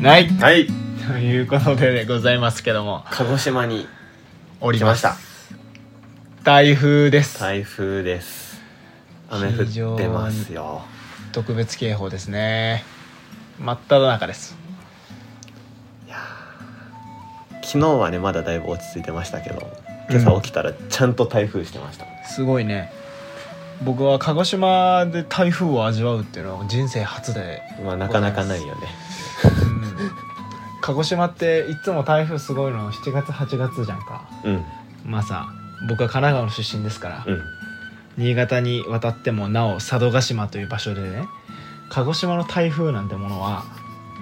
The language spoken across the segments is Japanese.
ない はいということででございますけども鹿児島におり来まますした台風です、台風です雨降ってますよ特別警報ですね真っ只中です昨日はねまだだいぶ落ち着いてましたけど今朝起きたらちゃんと台風してました、すごいね僕は鹿児島で台風を味わうっていうのは人生初で、まあなかなかないよねうん、鹿児島っていつも台風すごいの7月8月じゃんかうんまあさ僕は神奈川の出身ですから、うん新潟に渡ってもなお佐渡島という場所でね鹿児島の台風なんてものは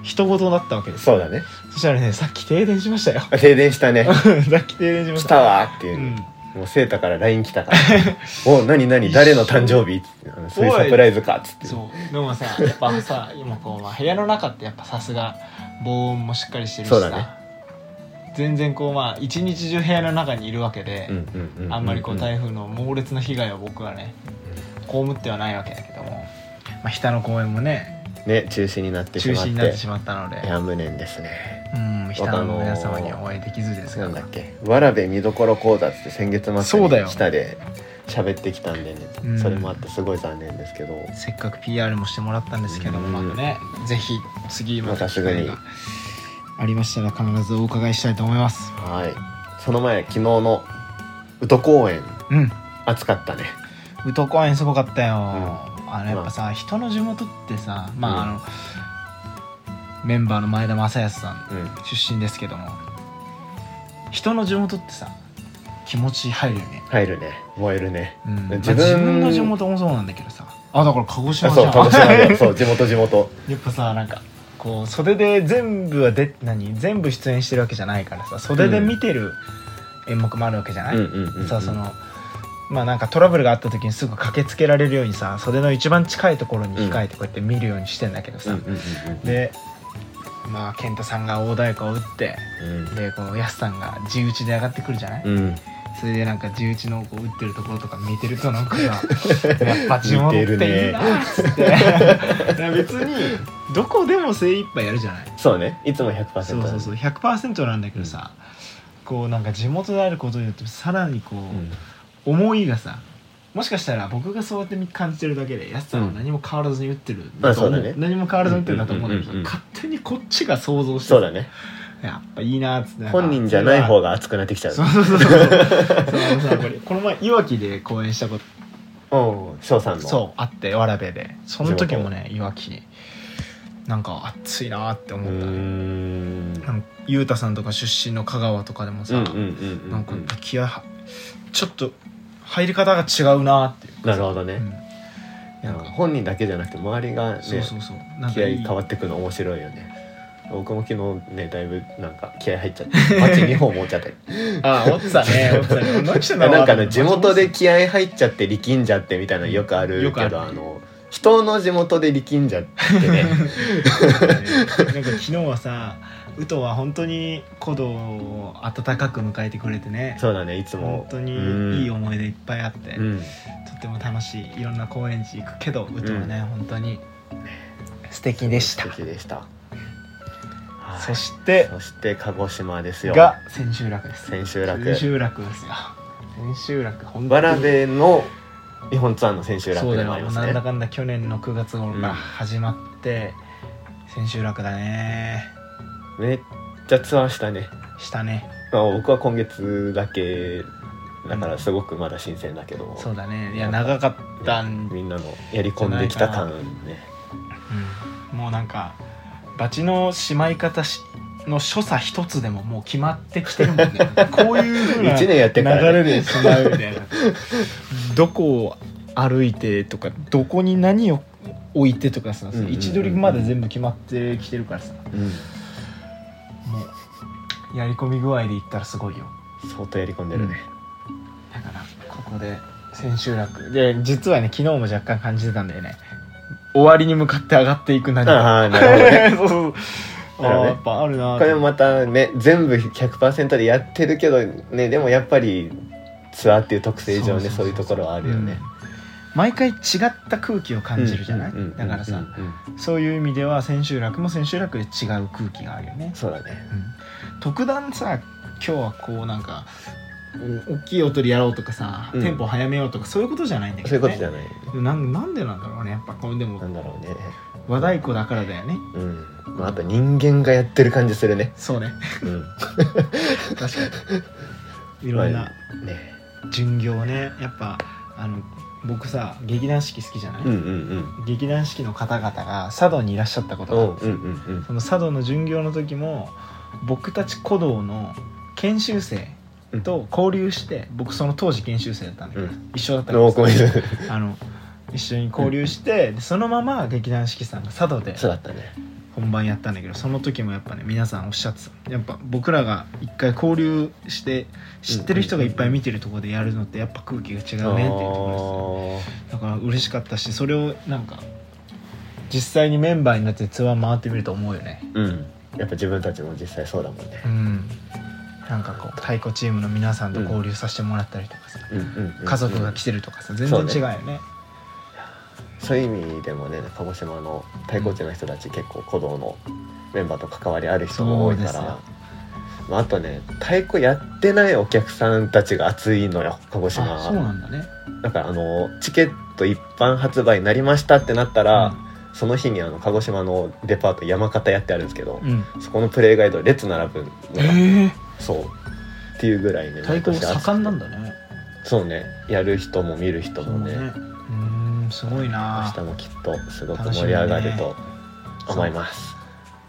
人事だったわけですよそうだねそしたらねさっき停電しましたよ停電した ねさっき停電しま来したたわっていうう、んもうセータから LINE 来たから「お何何誰の誕生日?っつって」あのそういうサプライズか」っつってそうでもさやっぱさ今こう、まあ、部屋の中ってやっぱさすが防音もしっかりしてるしさそうだね全然こうまあ一日中部屋の中にいるわけで、うんうんううあんまりこう台風の猛烈な被害を僕はね被ってはないわけだけども、まあ、日田の公園もねね中止になってし中ま止ってになってしまったのでいや無念ですねうん、日田の皆様にはお会いできずですながんだっけ「わらべ見どころ講座」って先月末そうだよに下で喋ってきたんでねうんそれもあってすごい残念ですけど、せっかく PR もしてもらったんですけども、うんまあねぜひ次ままたた機すぐ会にがありましたら必ずお伺いしたいと思いますはいその前昨日の宇都公園うん暑かったね宇都公園すごかったよ、あのやっぱさ、人の地元ってさまあ、うんあのメンバーの前田正康さんうん出身ですけども人の地元ってさ気持ち入るよね、入るね燃えるねうんまあ自分自分の地元もそうなんだけどさあだから鹿児島あじそうゃん鹿児島 だよそう地元地元やっぱさなんかこう袖で全部はで何全部出演してるわけじゃないからさ袖で見てる演目もあるわけじゃない、うんうんうんうんさそのまあなんかトラブルがあった時にすぐ駆けつけられるようにさ袖の一番近いところに控えてこうやって見るようにしてんだけどうんさ、うんうんでまあ健太さんが大太鼓を打ってでこうやすさんが地打ちで上がってくるじゃない、うんうんそれでなんか地打ちのこう打ってるところとか見てるとなん かさやっぱ地元っていいなっつって別にどこでも精一杯やるじゃないそうねいつも100%そうそうそうう100%なんだけどさ、こうなんか地元であることによってさらにこう、ん思いがさもしかしたら僕がそうやって感じてるだけでやつさんは何も変わらずに打ってるんだと思あそうだね何も変わらずに打ってるんだと思うんだけど、うんうんうんうん勝手にこっちが想像してそうだねやっぱいいなっつってなんか本人じゃない方が熱くなってきちゃうそうそうそうそうそうそうこれこの前いわきで講演したことうん翔さんのそうあってわらべでその時もねいわきなんか暑いなってう思ーったねんなんかゆうたさんとか出身の香川とかでもさ、うんうんうんうんなんか気合はちょっと入り方が違うなっていうなるほどね、うんなんか本人だけじゃなくて周りがねそうそうそうなん気か合いい変わってくの面白いよね僕も昨日ねだいぶなんか気合入っちゃ って街2本持っちゃったりあ思ってたね思ってたね何してんだろう なんかねと地思って元で気合入っちゃって力んじゃってみたいなのよくあるよくあけるどあの人の地元で力んじゃってね なんか昨日はさウトは本当に古道を温かく迎えてくれてねそうだねいつも本当にいいよ思い出いっぱいあって、うん、うんとっても楽しいいろんな公園地行くけどウトはね、本当に素敵でした素敵でしたはいそしてそして鹿児島ですよが千秋楽です千秋楽千秋楽ですよ千秋楽本わらべの日本ツアーの千秋そ楽うでだよもありますなんだねかんだ去年の9月頃かうらん始まって、千秋楽だねめっちゃツアーしたねしたねまあ、僕は今月だけだからすごくまだ新鮮だけど、そうだねいや長かったん、みんなのやり込んできた感ねうんもうなんかバチのしまい方しの所作一つでももう決まってきてるもんね こういうふうな1年やってからね流れでしまうみた いなどこを歩いてとかどこに何を置いてとかさ、んうんうん位置取りまで全部決まってきてるからさうんもうやり込み具合で言ったらすごいよ相当やり込んでるね、だからここで千秋楽で実はね昨日も若干感じてたんだよね終わりに向かって上がっていく何かああなるそほどねうそうそうなるああほどねやっぱあるなこれーもまたね全部100%でやってるけどねでもやっぱりツアーっていう特性上そうねそうそうそういうところはあるよね、毎回違った空気を感じるじゃない、うんうんうんだからさ、うんうんそういう意味では千秋楽も千秋楽で違う空気があるよね、そうだねうん、特段さ今日はこうなんかうん大きい音でやろうとかさ、うんテンポ早めようとかそういうことじゃないんだけそういど、ね、うことじゃないなんなんでなんだろうねやっぱこれでもなんだろうね和太鼓だからだよねうんまああと人間がやってる感じするねそうねうん確かに いろんなまあね巡業ねやっぱあの僕さ劇団四季好きじゃない、うんうん劇団四季の方々が佐渡にいらっしゃったこうんうとがあんってう、んうんその佐渡の巡業の時も僕たち古道の研修生うんと交流して僕その当時研修生だったんだけうど、ん一緒だったノーコメンですトあの一緒に交流して、でそのまま劇団四季さんが佐渡でそうだったね本番やったんだけどその時もやっぱね皆さんおっしゃってたやっぱ僕らが一回交流して知ってる人がいっぱい見てるところでやるのってやっぱ空気が違うねっていうところですだから嬉しかったしそれをなんか実際にメンバーになってツアー回ってみると思うよねあーうんやっぱ自分たちも実際そうだもんねうんなんかこう太鼓チームの皆さんと交流させてもらったりとかさ、うんうんうん家族が来てるとかさ全然違うよねそういう意味でもね鹿児島の太鼓地の人たち結構鼓動のメンバーと関わりある人も多いかそうですよら、まあ、あとね太鼓やってないお客さんたちが熱いのよ鹿児島あそうはなんだねだからあのチケット一般発売になりましたってなったら、その日にあの鹿児島のデパート山形やってあるんですけどう、んそこのプレイガイド列並ぶのが、えそうっていうぐらいねえ太鼓毎年熱くて盛んなんだねそうねやる人も見る人そうもねねうんすごいな明日もきっとすごく盛り上がると思います。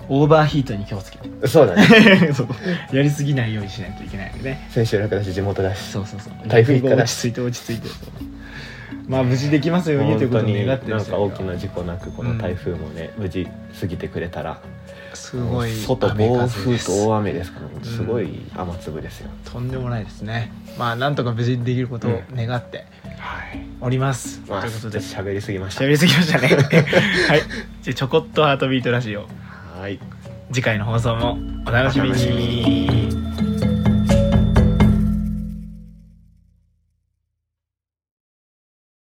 オーバーヒートに気をつけてそうだね。 そうやりすぎないようにしないといけないよね先週楽だし地元だし。そうそうそう台風一過だ落ち着いて落ち着いてまあ無事できますようにというこ本と当をに願なってるんか大きな時事故なくこの台風もね、無事過ぎてくれたらすごい外雨暴風風ですと大雨ですから、んすごい雨粒ですよ。とんでもないですねまあなんとか無事にできることを願ってはい。おります、まあといちうょことっとで喋りすぎました喋。りすぎましたねはいじゃあちょこっとハートビートラジオはい。次回の放送もお楽しみお楽しみに